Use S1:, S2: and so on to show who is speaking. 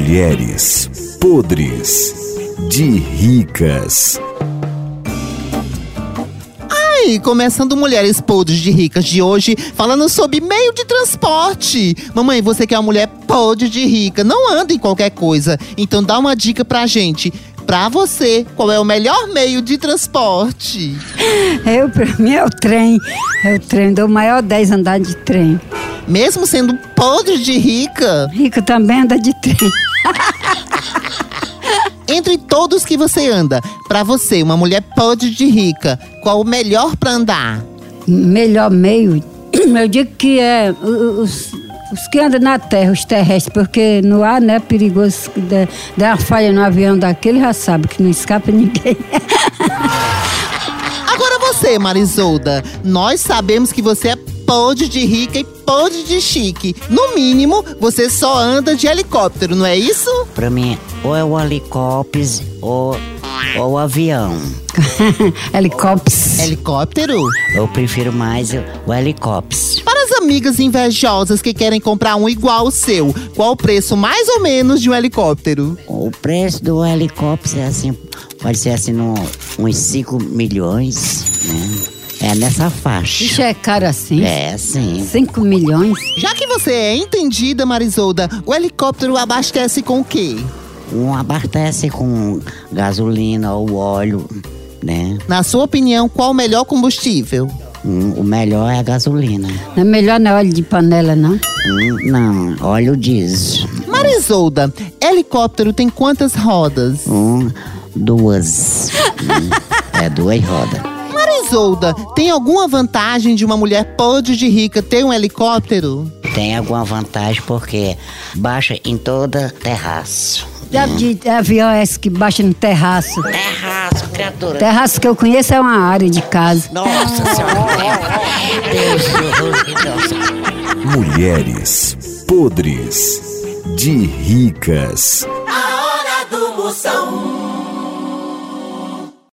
S1: Mulheres podres de ricas.
S2: E começando Mulheres Podres de Ricas de hoje, falando sobre meio de transporte. Mamãe, você que é uma mulher podre de rica, não anda em qualquer coisa. Então dá uma dica pra gente. Pra você, qual é o melhor meio de transporte?
S3: Eu, pra mim, é o trem. É o trem, dou o maior 10 andar de trem.
S2: Mesmo sendo podre de rica,
S3: Rico também anda de trem.
S2: entre todos que você anda, pra você, uma mulher podre de rica, qual o melhor pra andar?
S3: Melhor meio, eu digo que é o- os, os que andam na terra, os terrestres, porque no ar, né, é perigoso que der, der uma falha no avião daquele, já sabe que não escapa ninguém.
S2: Agora você, Marisolda, nós sabemos que você é podre de rica e podre de chique. No mínimo, você só anda de helicóptero, não é isso?
S4: Pra mim, ou é o helicóptero ou, ou o avião.
S3: Helicóptero.
S2: Helicóptero?
S4: Eu prefiro mais o, o helicóptero.
S2: Para as amigas invejosas que querem comprar um igual ao seu, qual o preço mais ou menos de um helicóptero?
S4: O preço do helicóptero é assim, pode ser assim, no, uns 5 milhões, né? É nessa
S3: Isso
S4: faixa.
S3: é caro assim?
S4: É, sim.
S3: 5 milhões?
S2: Já que você é entendida, Marisolda, o helicóptero abastece com o quê?
S4: Um abastece com gasolina ou óleo, né?
S2: Na sua opinião, qual o melhor combustível?
S4: Hum, o melhor é a gasolina.
S3: Não é melhor não é óleo de panela, não?
S4: Hum, não, óleo diesel.
S2: Marisolda, helicóptero tem quantas rodas?
S4: Um, duas. Hum, é duas rodas.
S2: Marisolda, tem alguma vantagem de uma mulher podre de rica ter um helicóptero?
S4: Tem alguma vantagem porque baixa em toda terraço.
S3: Sabe de avião é esse que baixa no terraço.
S4: Terraço, criatura.
S3: Terraço que eu conheço é uma área de casa.
S4: Nossa senhora. Deus, Deus, Deus.
S1: Mulheres podres de ricas.
S5: A hora do Moção.